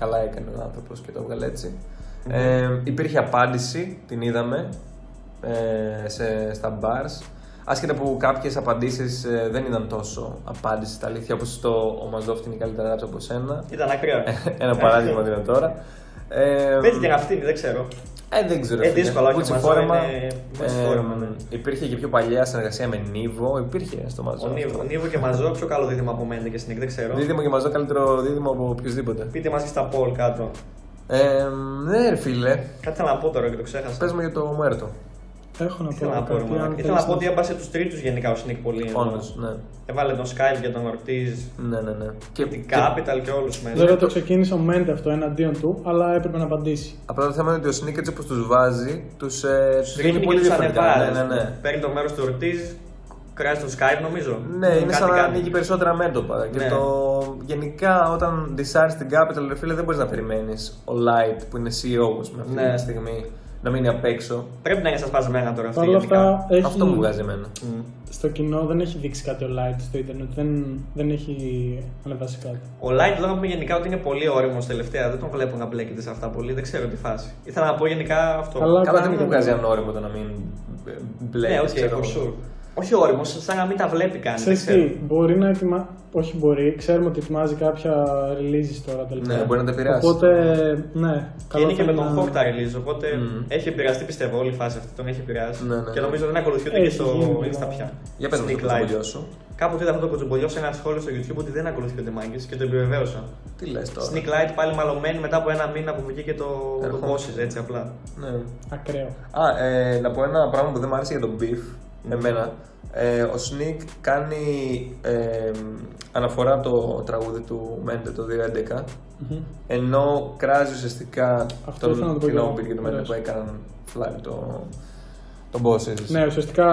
A: καλά έκανε ο άνθρωπος και το έβγαλε έτσι. Ε, υπήρχε απάντηση, την είδαμε ε, σε, στα bars. Άσχετα που κάποιες απαντήσεις δεν ήταν τόσο απάντηση στα αλήθεια, όπως το Ο Μαζόφτη είναι καλύτερα ράψα από σένα. Ε,
B: Ήταν ακραίο.
A: Ένα παράδειγμα δίνω τώρα. Ε,
B: Πέτυχε και να αυτήν, δεν ξέρω.
A: ε, δεν ξέρω.
B: Ε,
A: φίλε.
B: δύσκολα, όχι,
A: Gucci
B: Μαζό
A: φόρεμα.
B: είναι- Gucci
A: Ε,
B: φόρεμα, ναι.
A: Υπήρχε και πιο παλιά συνεργασία με Νίβο. Υπήρχε στο Μαζό.
B: Ο Νίβο, Νίβο και Μαζό, πιο καλό δίδυμο από μένα και συνεκ, δεν ξέρω.
A: Δίδυμο και Μαζό, καλύτερο δίδυμο από οποιοδήποτε.
B: Πείτε μας και στα poll κάτω.
A: Ε, ναι, ρε φίλε.
B: Κάτι θέλω να πω τώρα και το ξέχασα.
A: Πες μου για το Μουέρτο.
C: Έχω να πω
B: Ήθελα να πω, ρε
C: κάτι.
B: μαλάκα.
C: αν
B: Ήθελα να
C: θέλεις
B: πω
C: να-
B: ότι έμπασε τους τρίτους γενικά ο Σνικ πολύ. ενώ.
A: Όντως, ναι.
B: Έβαλε τον Skype για τον Ορτίζ,
A: Ναι, ναι, ναι. Και,
B: την
A: και
B: Capital και όλους μέσα.
C: Βέβαια το ξεκίνησε ο Μέντε αυτό εναντίον του, αλλά έπρεπε να απαντήσει.
A: απλά το θέμα είναι ότι ο Σνίκ έτσι όπως τους βάζει, τους ε, τους
B: Στρίχνει
A: δίνει
B: και
A: πολύ
B: τους
A: διαφορετικά. Ναι,
B: ανεβάζει.
A: ναι, ναι.
B: Παίρνει το μέρος του Ορτίζ, κράζει τον Skype νομίζω.
A: Ναι, είναι σαν να
B: κάνει.
A: ανοίγει περισσότερα μέτωπα. Και
B: Ναι.
A: το γενικά όταν desires την capital, ρε φίλε, δεν μπορείς να περιμένεις ο Light που είναι CEO μας, με αυτή
B: Ναι.
A: τη στιγμή να μείνει απ' έξω.
B: Πρέπει να είναι σαν σπασμένα τώρα αυτή.
C: Παρ' όλα αυτά, έχει...
A: Αυτό μου βγάζει εμένα.
B: Μμ.
C: στο κοινό δεν έχει δείξει κάτι ο Light στο Ιντερνετ, δεν, δεν έχει ανεβάσει κάτι.
B: Ο Light λέω να πούμε γενικά ότι είναι πολύ όριμο τελευταία. Δεν τον βλέπω να μπλέκεται σε αυτά πολύ. Δεν ξέρω τι φάση. Ήθελα να πω γενικά αυτό.
C: Καλά,
A: Καλά, δεν
C: κάνει-
A: μου βγάζει ανώριμο το να μην ε,
B: ναι,
A: μπλέκεις,
B: οκ,
A: ξέρω
B: for
A: εγώ.
B: sure. Όχι όριμος, σαν να μην τα βλέπει καν. Δεν
C: Ξέρεις
B: ξέρω.
C: τι, μπορεί να ετοιμα... Όχι μπορεί, ξέρουμε ότι ετοιμάζει κάποια releases τώρα τελευταία.
A: Ναι, μπορεί να τα επηρεάσει.
C: Οπότε, ναι.
B: Και
C: καλό
B: είναι και
C: θα
B: με
C: είναι
B: τον
C: να-
B: Hawk τα release, οπότε
A: Μμμ.
B: έχει επηρεαστεί πιστεύω όλη η φάση αυτή. Τον έχει επηρεάσει.
A: Ναι, ναι.
B: Και νομίζω δεν ακολουθείται και
C: Έχει
B: στο
C: γίνει,
B: Insta
C: ναι.
B: πια.
A: Για πες μου
B: Sneak
A: το
B: Light.
A: κουμπολιό σου.
B: Κάποτε είδα αυτό το κοτσομπολιό σε ένα σχόλιο στο YouTube ότι δεν ακολουθούνται μάγκες και το επιβεβαίωσα.
A: Τι λες τώρα.
B: Sneak Light πάλι μαλωμένη μετά από ένα μήνα που βγήκε το, το
A: Ερχόμαστε.
B: Bosses έτσι απλά.
A: Ναι.
C: Ακραίο.
A: Α, ε, να πω ένα πράγμα που δεν μου άρεσε για τον Beef,
C: Ναι.
A: εμένα. Ε, ο Sneak κάνει ε, αναφορά το τραγούδι του Μέντε το 2011,
C: Μμμ.
A: ενώ κράζει ουσιαστικά
C: Αυτό ήθελα να
A: τον
C: το πω και εγώ. Ναι.
A: Κιλόμπιτ και τον Μέντε
C: Ωραίος.
A: που έκαναν φλάρι το, τον Bosses.
C: Ναι, ουσιαστικά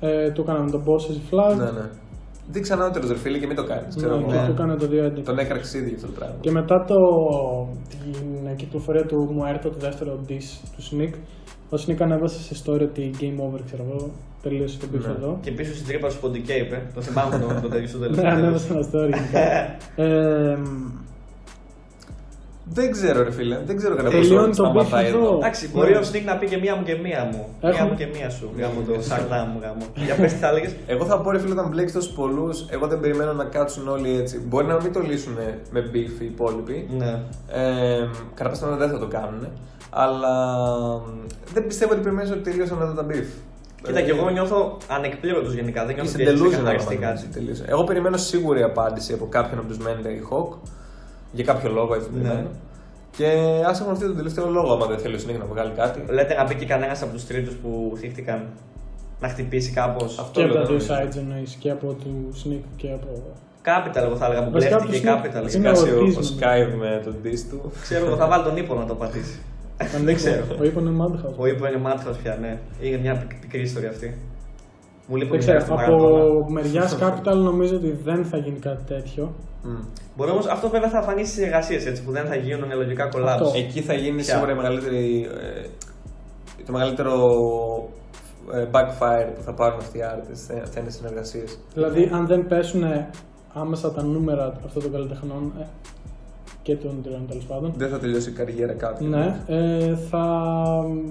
C: ε, του έκανα με τον Bosses Flag.
A: ναι, ναι. Δείξε ανώτερο ρε φίλε και μην το κάνεις, ξέρω
C: ναι,
A: εγώ.
C: και
B: ναι.
C: του έκανα το 2.11.
A: Τον έκραξε ήδη αυτό το πράγμα.
C: Και μετά το, την κυκλοφορία του Μουέρτο, το δεύτερο diss του Sneak, ο Sneak ανέβασε σε story ότι game over, ξέρω εγώ, τελείωσε το
A: Ναι.
C: πίσω εδώ.
B: Και πίσω στην τρύπα σου ποντικέ είπε. Το θυμάμαι το, το
A: <laughs>
B: τέτοιο στο
C: Ναι,
B: τελευταίο.
C: ανέβασε ένα story. γενικά. ε, μ,
A: Δεν ξέρω ρε φίλε, δεν ξέρω κατά
C: Τελειώνει
A: πόσο
C: το
A: σταματάει
C: beef εδώ. Ναι.
A: εδώ.
B: <laughs> Εντάξει, μπορεί ο Σνίκ να πει και μία μου και μία μου. Μία
C: Έχουμε-
B: μου και μία σου. Γάμο το Σαρδάμ μου γάμο. Για πες τι θα
A: <laughs>
B: έλεγες.
A: Εγώ θα πω ρε φίλε, όταν μπλέξει τόσους πολλούς, εγώ δεν περιμένω να κάτσουν όλοι έτσι. Μπορεί να μην το λύσουν με beef οι υπόλοιποι.
B: Ναι.
A: Ε, κατά πάσα πιθανότητα δεν θα το κάνουν. Αλλά μ, δεν πιστεύω ότι περιμένει ότι τελείωσαν αυτά τα beef. Δηλαδή,
B: Κοίτα, και εγώ νιώθω ανεκπλήρωτος γενικά. Δεν νιώθω
A: Είσαι
B: ότι έχει
A: τελούσε να
B: ξεκαθαριστεί κάτι.
A: πραγματοποιήσει, τελείωσε. Εγώ περιμένω σίγουρη απάντηση από κάποιον από τους Μέντερ ή Χοκ. Για κάποιο λόγο έτσι
B: Ναι.
A: περιμένω. Και ας έχουν αυτή τον τελευταίο λόγο, άμα δεν θέλει ο Σνίκ να βγάλει κάτι.
B: Λέτε να μπει και κανένας από τους τρίτους που θύχτηκαν να χτυπήσει κάπως.
A: Αυτό
C: και από
A: λέω,
C: τα δύο
A: νομίζω.
C: sides εννοείς, και από του Sneak και από...
B: Capital, εγώ θα έλεγα που
C: Βασικά,
B: μπλέχτηκε.
C: από τους
B: Capital.
C: είναι-
A: Κάσει ο, ο
C: ερωτήσιμο.
A: Skype με τον diss του.
B: Ξέρω εγώ, θα βάλει τον ύπο να το πατήσει. <laughs> Δεν ξέρω.
C: Ο Ιππον είναι Madhouse.
B: Ο ύπο είναι μάτια πια, ναι. Είναι μια πικ- πικρή ιστορία αυτή. Μου λείπουν
C: Δεν
B: οι
C: ξέρω,
B: μέρες του Μαραντόνα.
C: από μεριάς Capital νομίζω ότι δεν θα γίνει κάτι τέτοιο.
A: Μμ.
B: Μπορεί όμως αυτό βέβαια θα φανεί στις εργασίες έτσι που δεν θα γίνουν λογικά
C: Αυτό.
B: κολλάψει.
A: Εκεί θα γίνει
B: Ποια?
A: σίγουρα η μεγαλύτερη, ε, το μεγαλύτερο ε, backfire που θα πάρουν αυτοί οι artists θα, θα είναι συνεργασίε.
B: Ναι.
C: Δηλαδή, αν δεν πέσουν άμεσα τα νούμερα αυτών των καλλιτεχνών ε, και των τριών τέλος πάντων,
A: Δεν θα τελειώσει η καριέρα κάποιου.
C: ναι, ε, θα μ,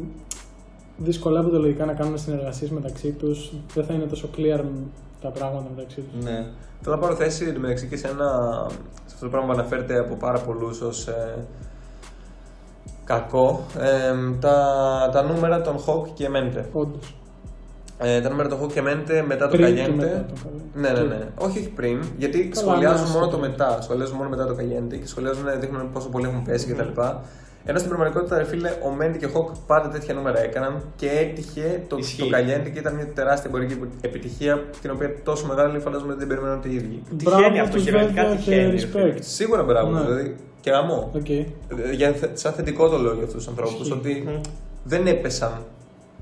C: δυσκολεύονται λογικά να κάνουν συνεργασίες μεταξύ τους, δεν θα είναι τόσο clear τα πράγματα μεταξύ τους.
B: Ναι.
A: Θέλω να πάρω θέση εντωμεταξύ και σε, ένα, σε αυτό το πράγμα που αναφέρεται από πάρα πολλούς ως ε, κακό. ε, τα, τα νούμερα των Hawk και Mente.
B: Ναι.
C: Όντως.
A: Ε, τα νούμερα των Hawk και Mente μετά το
C: Πριν και
A: Καγέντε.
C: μετά το Caliente.
A: Ναι, ναι, ναι. Όχι, όχι πριν, γιατί
C: Καλά,
A: σχολιάζουν
C: ναι,
A: μόνο
C: άστο.
A: ε,
C: Ναι.
A: το μετά. Σχολιάζουν μόνο μετά το Καγέντε και σχολιάζουν, δείχνουν πόσο πολύ έχουν πέσει κτλ. Ενώ στην πραγματικότητα, ρε φίλε, ο Μέντι και ο Χοκ πάντα τέτοια νούμερα έκαναν και έτυχε το,
B: Ισχύει.
A: το Καλιέντη και ήταν μια τεράστια εμπορική επιτυχία, την οποία τόσο μεγάλη φαντάζομαι ότι δεν περιμένουν ότι οι ίδιοι.
B: Τυχαίνει
C: Μπράβο
B: αυτό,
C: τους
B: κυριολεκτικά
C: βέβαια και
B: τυχαίνει, ρε φίλε.
C: respect.
A: Σίγουρα μπράβο,
C: Ναι.
A: δηλαδή και γαμό.
C: Οκ.
A: Ε, Για, θε- σαν θετικό το λέω για αυτούς τους ανθρώπους,
C: Ισχύει.
A: ότι
B: Μμμ.
A: δεν έπεσαν.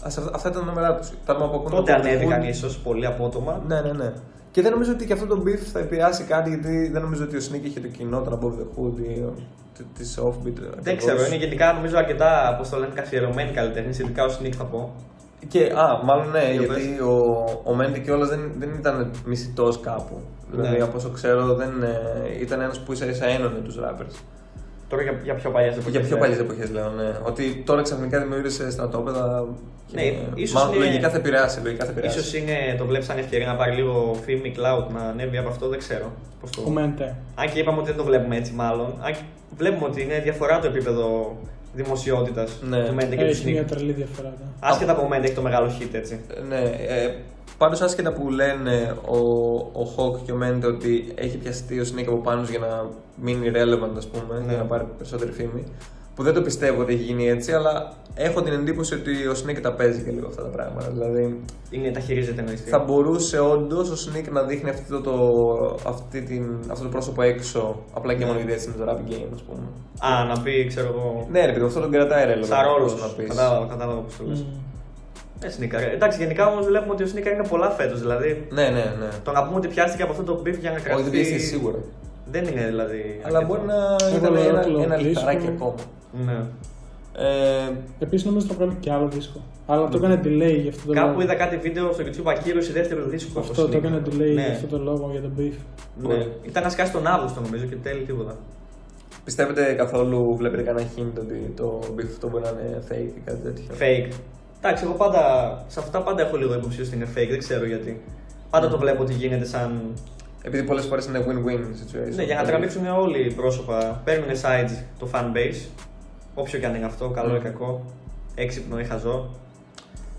A: Ας- αυτά ήταν τα νούμερα τους. Τα μου ακούνε
B: Τότε
A: το Hook,
B: ανέβηκαν
A: Hook,
B: ίσως πολύ απότομα.
A: Ναι, ναι, ναι. Και δεν νομίζω ότι και αυτό το beef θα επηρεάσει κάτι, γιατί δεν νομίζω ότι ο Sneak είχε το κοινό των Above the Hood ή τη Offbeat.
B: Δεν
A: ακριβώς.
B: ξέρω, είναι γενικά νομίζω αρκετά πώς το λένε καθιερωμένοι καλλιτέχνες, ειδικά ο Σνικ θα πω.
A: Και, α, μάλλον ναι,
B: Για
A: γιατί ο, ο Μέντι κιόλα δεν, δεν ήταν μισητός κάπου.
B: Ναι.
A: Δηλαδή, από όσο ξέρω, δεν, ε, ήταν ένας που ίσα ίσα ένωνε τους rappers.
B: Τώρα για, για πιο ε. παλιές εποχές.
A: Για πιο παλιές εποχές, λέω, ναι. Ότι τώρα ξαφνικά δημιούργησε στρατόπεδα. και,
B: Ναι,
A: ε,
B: ίσως
A: μάλλον
B: είναι-
A: λογικά θα επηρεάσει. Λογικά θα επηρεάσει.
B: Ίσως είναι, το βλέπεις σαν ευκαιρία να πάρει λίγο φήμη cloud να ανέβει από αυτό, δεν ξέρω πώς το.
C: Ο Μέντε.
B: Αν και είπαμε ότι δεν το βλέπουμε έτσι, μάλλον. Αν και βλέπουμε ότι είναι διαφορά το επίπεδο δημοσιότητας
A: Ναι.
B: του Μέντε και του
C: Έχει μια
B: Σνικ.
C: τρελή διαφορά. ναι.
B: Άσχετα από Μέντε έχει το μεγάλο hit έτσι.
A: Ναι, ε, πάντως άσχετα που λένε ο, ο Hawk και ο Μέντε ότι έχει πιαστεί ο Snake από πάνω τους για να μείνει relevant ας πούμε,
B: Ναι.
A: για να πάρει περισσότερη φήμη που δεν το πιστεύω ότι έχει γίνει έτσι, αλλά έχω την εντύπωση ότι ο Snake τα παίζει και λίγο αυτά τα πράγματα. Δηλαδή,
B: Είναι τα χειρίζεται εννοείται.
A: θα μπορούσε όντως ο Snake να δείχνει αυτό το, αυτή την, αυτό το πρόσωπο έξω, απλά
B: Ναι.
A: και μόνο γιατί έτσι είναι το rap game, ας πούμε.
B: Α, να πει, ξέρω εγώ.
A: Ναι, ρε παιδί, αυτό τον κρατάει relevant.
B: Σαν ρόλος.
A: πώς να πεις.
B: Κατάλαβα, κατάλαβα πώς το λες.
C: Μμμ.
B: Εντάξει, γενικά όμως βλέπουμε ότι ο Σνίκαρ είναι πολλά φέτος. Δηλαδή,
A: Ναι, ναι, ναι.
B: το να πούμε ότι πιάστηκε από αυτό το beef για να κρατήσει.
A: Όχι, δεν πιέστηκε σίγουρα.
B: Δεν είναι δηλαδή.
A: Αλλά
B: αρκετό.
A: μπορεί να
C: Εγώ
A: ήταν
C: λέω
A: ένα,
C: το
A: ένα
C: κλείσιμο.
A: λιθαράκι ακόμα.
B: Ναι.
A: Ε,
C: Επίσης νομίζω θα βγάλει και άλλο δίσκο. Αλλά το έκανε delay γι' αυτό το λόγο.
B: Κάπου είδα κάτι βίντεο στο YouTube ακύρωση δεύτερο δίσκο. από
C: Αυτό το
B: Sneak.
C: έκανε delay γι'
B: Ναι.
C: αυτό το λόγο για τον beef.
B: ναι. Ήταν να σκάσει τον Αύγουστο νομίζω και τέλει τίποτα.
A: πιστεύετε καθόλου, βλέπετε κανένα hint ότι το beef αυτό μπορεί να είναι fake ή κάτι τέτοιο.
C: Ναι.
B: Fake. Εντάξει, εγώ πάντα σε αυτά πάντα έχω λίγο υποψία ότι είναι fake, δεν ξέρω γιατί. Πάντα
C: Ναι.
B: το βλέπω ότι γίνεται σαν.
A: Επειδή πολλές φορές είναι win-win situation. Δηλαδή,
B: Ναι, για να τραβήξουν όλοι οι πρόσωπα. Παίρνουν sides το fanbase, όποιο και αν είναι αυτό, καλό ή
A: Mm.
C: Ναι.
B: κακό, έξυπνο ή χαζό.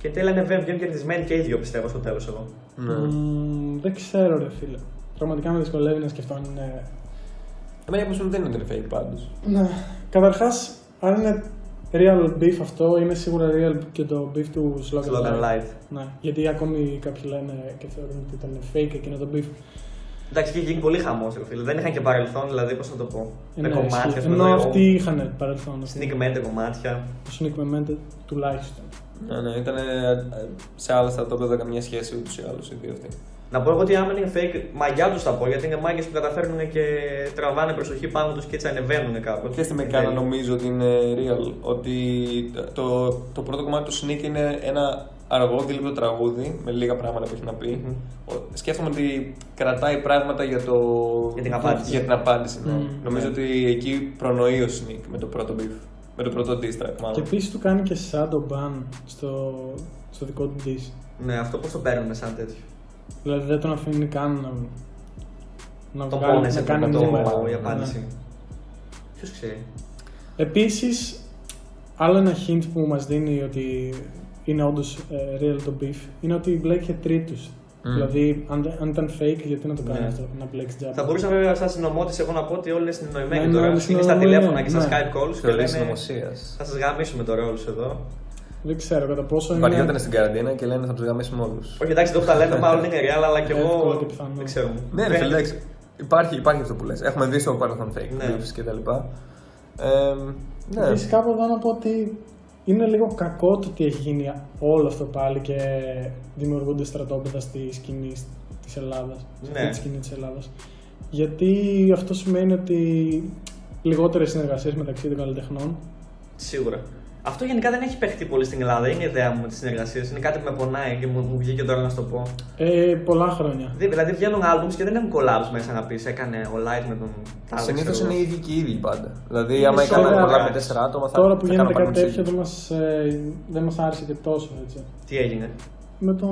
B: Και τέλα είναι βέβαια βγαίνουν κερδισμένοι και οι δύο πιστεύω στο τέλος εγώ.
A: Ναι.
C: Μμμ, Mm, δεν ξέρω, ρε φίλε. Πραγματικά με δυσκολεύει να σκεφτώ αν είναι.
A: Εμένα η άποψή μου δεν είναι ότι είναι fake πάντως.
C: Ναι. Καταρχάς, αν είναι real beef αυτό, είναι σίγουρα real και το beef του Slogan
B: Slogan
C: Live.
B: Live.
C: Ναι, γιατί ακόμη κάποιοι λένε και θεωρούν ότι ήταν fake εκείνο το beef.
B: Εντάξει, και είχε γίνει πολύ χαμός, ρε φίλε. Δεν είχαν και παρελθόν, δηλαδή πώς να το πω. Με
C: Ναι, ισχύει.
B: κομμάτια,
C: Ενώ αυτοί είχαν παρελθόν.
B: Sneak μέντε κομμάτια.
C: Ο Sonic Memento τουλάχιστον.
A: Ναι, ναι, ήταν σε άλλα στρατόπεδα καμιά σχέση ούτως ή άλλως οι δύο αυτοί.
B: Να πω εγώ ότι άμα είναι fake, μαγιά τους θα πω γιατί είναι μάγκες που καταφέρνουν και τραβάνε προσοχή πάνω τους και έτσι Ε, ανεβαίνουν κάπου.
A: Και στη Μεκάνα νομίζω ότι είναι real. Ότι το, το πρώτο κομμάτι του Sneak είναι ένα αργό δίλεπτο τραγούδι με λίγα πράγματα που έχει να πει. Ο- Σκέφτομαι ότι κρατάει πράγματα για, το...
B: Για την απάντηση.
A: για την απάντηση, ναι.
C: Μμμ.
A: Νομίζω
B: Ναι.
A: ότι εκεί προνοεί ο Sneak με το πρώτο beef. Με το πρώτο diss track,
C: Και
A: μάλλον.
C: επίσης του κάνει και shadow ban στο, στο δικό του dish.
B: Ναι, αυτό πώς το παίρνουν σαν τέτοιο.
C: Δηλαδή δεν τον αφήνει καν να, να
B: Το
C: βγάλει,
B: πόνε
C: να
B: σε
C: κάνει Ναι.
B: το
C: νούμερα.
B: η απάντηση. Ποιος ξέρει.
C: Επίσης, άλλο ένα hint που μας δίνει ότι είναι όντως real το beef είναι ότι μπλέκει τρίτους. Δηλαδή, αν, δεν- αν ήταν fake, γιατί να το κάνεις
B: Ναι.
C: αυτό, να μπλέξεις τζάμπα.
B: Θα μπορούσα βέβαια σαν συνωμότης εγώ να πω ότι όλοι είναι συνεννοημένοι
C: Ναι,
B: τώρα.
C: ναι, όλοι
B: Είναι στα
C: συνεννοημένοι,
B: τηλέφωνα και στα
C: ναι.
B: Skype calls. και
A: Θεωρείς
B: λένε,
A: συνωμοσίας.
B: Θα σας γαμίσουμε τώρα όλου εδώ.
C: Δεν ξέρω κατά πόσο είναι.
A: Βαριόταν στην καραντίνα και λένε θα τους γαμίσουμε όλους.
B: Ναι. Όχι, εντάξει, εδώ που τα λέμε μάλλον είναι real, αλλά και
C: Εύκολα
B: εγώ.
C: και πιθανό.
B: Δεν ξέρω.
A: Ναι, ρε
B: Φαίνεται-
A: φίλε, εντάξει. Υπάρχει, υπάρχει αυτό που λες. Έχουμε δει στο παρελθόν fake
B: Ναι.
A: clips και τα λοιπά. Ε, ναι.
C: Επίσης, κάπου εδώ να πω ότι είναι λίγο κακό το ότι έχει γίνει όλο αυτό πάλι και δημιουργούνται στρατόπεδα στη σκηνή της Ελλάδας.
B: Ναι.
C: Στη σκηνή της Ελλάδας. Γιατί αυτό σημαίνει ότι λιγότερες συνεργασίες μεταξύ των καλλιτεχνών.
B: Σίγουρα. Αυτό γενικά δεν έχει παιχτεί πολύ στην Ελλάδα. Είναι η ιδέα μου με τις συνεργασίες. Είναι κάτι που με πονάει και μου, μου βγήκε τώρα να σου το πω.
C: Ε, πολλά χρόνια.
B: Δη- Δηλαδή βγαίνουν albums και δεν έχουν collabs μέσα να πεις. Έκανε ο Light με τον Τάδες.
A: Συνήθως
B: ξέρω
A: είναι οι
B: εγώ.
A: ίδιοι και οι ίδιοι πάντα. Δηλαδή, άμα
C: σοβαρά.
A: έκαναν πολλά με τέσσερα άτομα, θα
C: Τώρα που
A: θα
C: γίνεται κάτι
A: κάναν πάλι
C: τέτοιο
A: τους
C: δεν
A: ίδιους.
C: μας, ε, δεν μας άρεσε και τόσο έτσι.
B: Τι έγινε.
C: Με το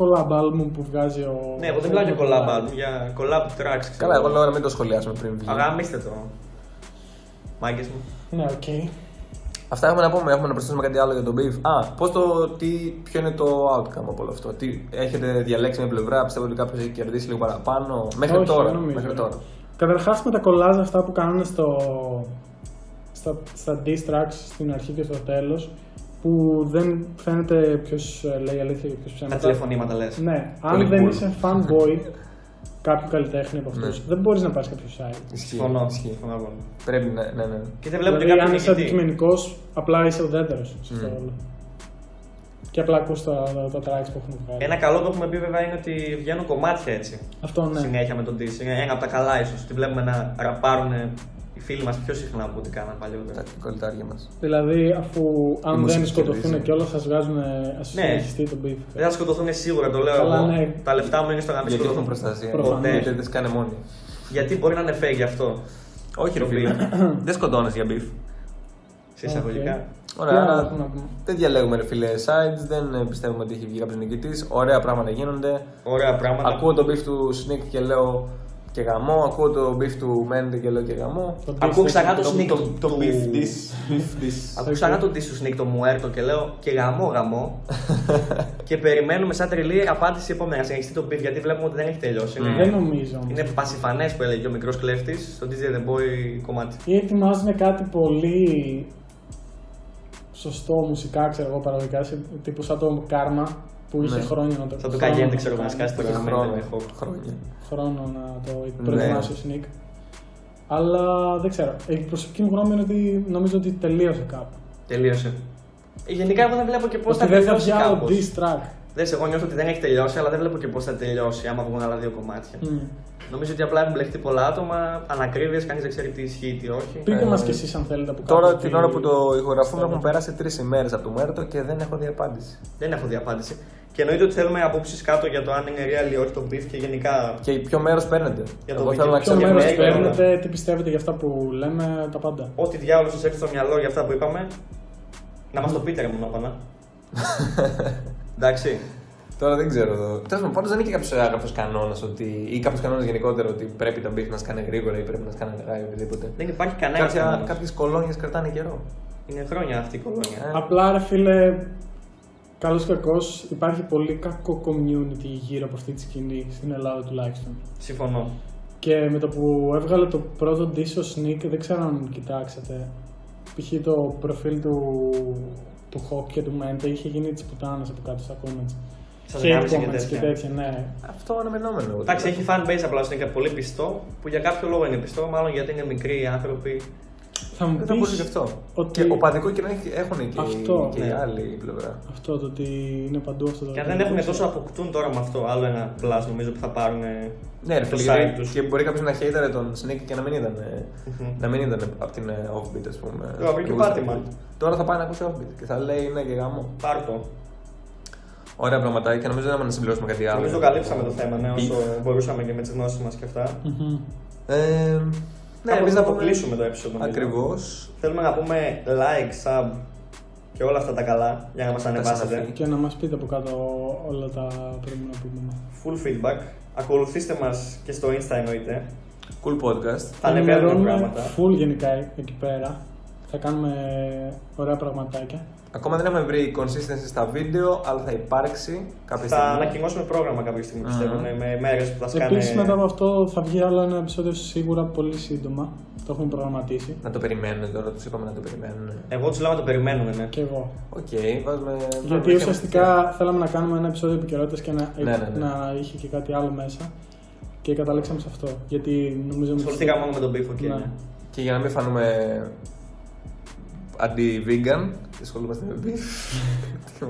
C: collab album που βγάζει ο...
B: Ναι, εγώ δεν μιλάω για collab album, για collab tracks. ξέρω
A: Καλά, εγώ λέω να μην το σχολιάσουμε πριν βγει.
B: Αγαμίστε το. Μάγκες μου.
C: Ναι, οκ.
A: Αυτά έχουμε να πούμε, έχουμε να προσθέσουμε κάτι άλλο για τον beef. Α, πώς το, τι, ποιο είναι το outcome από όλο αυτό. Τι, έχετε διαλέξει μια πλευρά, πιστεύω ότι κάποιος έχει κερδίσει λίγο παραπάνω. Μέχρι
C: Όχι,
A: τώρα.
C: δεν νομίζω, ναι.
A: Μέχρι
C: ρε.
A: τώρα.
C: Καταρχάς με τα κολλάζ αυτά που κάνουν στο, στα, στα diss tracks στην αρχή και στο τέλος που δεν φαίνεται ποιος ε, λέει αλήθεια και ποιος
B: Τα
C: ψέματα.
B: τηλεφωνήματα λες.
C: Ναι,
A: Πολύ
C: αν δεν
A: cool.
C: είσαι fanboy κάποιου καλλιτέχνη από αυτούς,
A: Ναι.
C: δεν μπορείς να πάρεις κάποιο site.
A: Ισχύει.
B: Συμφωνώ.
A: ισχύει.
B: συμφωνώ πολύ.
A: Πρέπει να. Ναι, ναι.
B: Και δεν βλέπω και
C: Δηλαδή, αν
B: κάποιον
C: είσαι
B: νικητή.
C: αντικειμενικός, απλά είσαι
A: Mm.
C: ουδέτερος σε αυτό όλο. Και απλά ακούς τα, τα, τα tracks που έχουν βγάλει.
B: Ένα καλό που έχουμε πει βέβαια είναι ότι βγαίνουν κομμάτια έτσι.
C: Αυτό ναι.
B: Συνέχεια με τον Dizzy. Είναι ένα από τα καλά ίσως. Τι βλέπουμε να ραπάρουν οι φίλοι μας πιο συχνά από ό,τι κάναν παλιότερα.
A: Τα κολλητάρια μας.
C: Δηλαδή, αφού
A: Η
C: αν δεν
A: μουσική
C: σκοτωθούν
A: κερδίζει.
C: κιόλα, θα βγάζουν. Ας
B: Ναι.
C: συνεχιστεί το beef.
B: Δεν θα σκοτωθούν σίγουρα, το λέω
C: Καλά,
B: εγώ.
C: ναι.
B: Τα λεφτά μου είναι στο να μην
A: Γιατί έχουν
B: σκοτωθούν.
A: προστασία.
C: Προφανώς.
A: Ποτέ δεν τις κάνει μόνοι.
B: Γιατί μπορεί να είναι fake γι' αυτό.
A: Όχι, ρε
B: Το
A: φίλε.
C: <coughs>
A: δεν σκοτώνε για μπιφ.
B: Σε εισαγωγικά.
A: Ωραία,
C: Τι άλλο
A: άρα
C: έχουμε να πούμε?
A: δεν διαλέγουμε ρε φίλε sites, δεν ε, πιστεύουμε ότι έχει βγει κάποιος νικητής. Ωραία πράγματα γίνονται.
B: Ωραία πράγματα.
A: Ακούω τον beef του Sneak και λέω και γαμό. Ακούω τον beef του Μέντε και λέω και γαμό.
C: Το beef
B: Ακούω
C: δεν-
B: ξανά το
A: Το-
B: sneak
A: το-
B: του-
A: το
B: του-
A: beef this, beef this.
B: Ακούω ξανά το diss του sneak το Μουέρτο και λέω και γαμό γαμό.
C: <laughs>
B: και περιμένουμε σαν τρελή απάντηση επόμενα. Συνεχιστεί το beef γιατί βλέπουμε ότι δεν έχει τελειώσει. Είναι-
C: Ναι. Δεν νομίζω. όμως.
B: Είναι πασιφανές που έλεγε ο μικρός κλέφτης στο DJ The Boy κομμάτι.
C: Ή ετοιμάζουν κάτι πολύ σωστό μουσικά, ξέρω εγώ παραγωγικά, σε- τύπου σαν το Karma που είχε
A: Ναι.
C: χρόνια να το
B: Σαν το
C: χρόνο
B: Καγέντε,
C: να
B: ξέρω εγώ, να
C: κάνει,
B: σκάσει το Ναι.
A: Έχει
B: κομμάτι.
A: χρόνια. Χρόνια.
C: Χρόνο να το προετοιμάσει ο Sneak. Αλλά δεν ξέρω. Η προσωπική μου γνώμη είναι ότι νομίζω ότι τελείωσε κάπου.
B: Τελείωσε. Ε, Γενικά, εγώ δεν βλέπω και πώς θα
C: Ότι δεν θα
B: τελειώσει
C: βγει άλλο
B: κάπως.
C: diss track.
B: Δες, εγώ νιώθω ότι δεν έχει τελειώσει, αλλά δεν βλέπω και πώς θα τελειώσει άμα βγουν άλλα δύο κομμάτια.
C: Μμ.
B: Νομίζω ότι απλά έχουν μπλεχτεί πολλά άτομα, ανακρίβειες, κανείς δεν ξέρει τι ισχύει, τι όχι.
C: Πείτε μας κι εσείς αν θέλετε από
A: Τώρα
C: κάπου
A: την
C: τι-
A: ώρα που το ηχογραφούμε έχουν περάσει τρεις ημέρες από το Μέρτο και δεν έχω δει απάντηση.
B: Δεν έχω δει απάντηση. Και εννοείται ότι θέλουμε απόψεις κάτω για το αν είναι real ή όχι το beef και γενικά.
A: Και ποιο μέρος παίρνετε.
B: Για το
A: Εγώ θέλω να
B: weekend.
C: Ποιο
A: ξέρω.
B: Ποιο
C: μέρος
B: μέλλον,
C: παίρνετε, τι πιστεύετε για αυτά που λέμε, τα πάντα.
B: Ό,τι διάολος σας έρθει στο μυαλό για αυτά που είπαμε, να μας το πείτε, ρε Μονόπανα. Εντάξει.
A: <laughs> Τώρα δεν ξέρω εδώ. Τέλος πάντων, πάντως δεν είναι και κάποιος άγραφο κανόνα ή κάποιος κανόνας γενικότερα ότι πρέπει τα μπιφ να σκάνε γρήγορα ή πρέπει να σκάνε αργά ή οτιδήποτε.
B: Δεν υπάρχει κανένα.
A: Κάποια,
B: κανόνας.
A: κάποιες κολόνιες κρατάνε καιρό.
B: Είναι χρόνια αυτή η κολόνια.
A: Ε,
C: Απλά ρε φίλε, καλός ή κακός, υπάρχει πολύ κακό community γύρω από αυτή τη σκηνή στην Ελλάδα τουλάχιστον.
B: Συμφωνώ.
C: Και με το που έβγαλε το πρώτο diss ο Sneak, δεν ξέρω αν κοιτάξατε. Π.χ. το προφίλ του, του Hawk και του Mente είχε γίνει της πουτάνας από κάτω στα comments.
B: Σας
C: Hate
B: γάμισε και
C: comments και
B: τέτοια.
C: τέτοια, ναι.
A: Αυτό αναμενόμενο.
B: Εντάξει, έχει fan base απλά στην πολύ πιστό, που για κάποιο λόγο είναι πιστό, μάλλον γιατί είναι μικροί άνθρωποι.
C: Θα μου
A: Δεν θα μπορούσε
C: πεις
A: και αυτό.
C: ότι-
A: Και οπαδικό κοινό έχει- έχουν και,
C: Αυτό,
A: και
B: ναι.
A: η άλλη πλευρά.
C: αυτό το ότι είναι παντού αυτό το
B: Και αν δεν έχουν τόσο αποκτούν τώρα με αυτό, άλλο ένα plus νομίζω που θα πάρουν.
A: Ναι, ρε
B: το
A: φίλε,
B: site
A: γιατί-
B: τους.
A: και μπορεί κάποιος να χαίρεται τον Snake και να μην ήταν, ε, να μην ήταν από την ε, offbeat, ας πούμε.
B: Ναι, από εκεί
A: Λιγούς
B: πάτημα.
A: offbeat. Τώρα θα πάει να ακούσει offbeat και θα λέει ναι και γάμο.
B: Πάρ' το.
A: Ωραία πραγματάκια, νομίζω δεν έχουμε να συμπληρώσουμε κάτι άλλο.
B: Νομίζω καλύψαμε το θέμα, ναι, όσο μπορούσαμε και με τις γνώσεις μας και αυτά.
C: Μμμ.
A: Ε, ναι,
B: Κάπως
A: εμείς
B: θα
A: να
B: το
A: πούμε
B: κλείσουμε το episode. νομίζω.
A: Ακριβώς.
B: Θέλουμε να πούμε like, sub και όλα αυτά τα καλά για να μας ανεβάσετε.
A: συναφή.
C: Και να μας πείτε από κάτω όλα τα πρέπει να πούμε.
B: Full feedback. Ακολουθήστε μας και στο Insta εννοείται.
A: Cool podcast.
B: Θα ανεβαίνουν
C: Ενημερώνουμε
B: πράγματα.
C: Full γενικά εκεί πέρα. Θα κάνουμε ωραία πραγματάκια.
A: Ακόμα δεν έχουμε βρει consistency στα βίντεο, αλλά θα υπάρξει κάποια
B: Θα
A: στιγμή.
B: ανακοινώσουμε πρόγραμμα κάποια στιγμή, πιστεύω, ναι, με μέρες που θα σκάνε.
C: Επίσης, μετά από αυτό θα βγει άλλο ένα επεισόδιο σίγουρα πολύ σύντομα. Το έχουμε προγραμματίσει.
A: Να το περιμένουν τώρα, τους είπαμε να το περιμένουν.
B: Εγώ τους λέω να το περιμένουμε, ναι.
C: Και εγώ.
A: Οκ, βάζουμε.
C: Γιατί ουσιαστικά θέλαμε να κάνουμε ένα επεισόδιο επικαιρότητας και να,
A: Ναι, ναι, ναι.
C: να είχε και κάτι άλλο μέσα. Και καταλήξαμε σε αυτό. Γιατί νομίζω. ότι-
B: Ασχοληθήκαμε μόνο με τον beef, okay,
C: Ναι.
B: ναι.
A: Και για να μην φανούμε αντι-vegan, ασχολούμαστε με beef.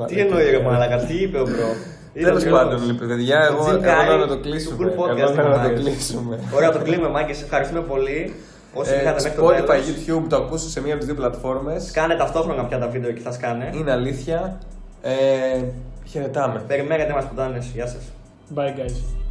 B: Τι εννοεί ρε μαλάκα, τι είπε ο μπρο.
A: <laughs> Τέλο πάντων, λοιπόν, παιδιά,
B: Το
A: εγώ
B: Jim
A: εγώ θέλω να
B: Carrey
A: το
B: του
A: κλείσουμε.
B: Cool Podcast
A: Εγώ θέλω να το
B: Μάριος.
A: κλείσουμε.
B: Ωραία, το κλείνουμε, Μάκη. Ευχαριστούμε πολύ. Όσοι
A: Ε,
B: είχατε μέχρι το
A: Spotify,
B: τέλος.
A: YouTube, το ακούσω σε μία από τις δύο πλατφόρμες.
B: Κάνε ταυτόχρονα πια τα βίντεο εκεί, θα σκάνε.
A: Είναι αλήθεια. Ε, χαιρετάμε.
B: Περιμένετε μα πουτάνε. Γεια σας.
C: Bye, guys.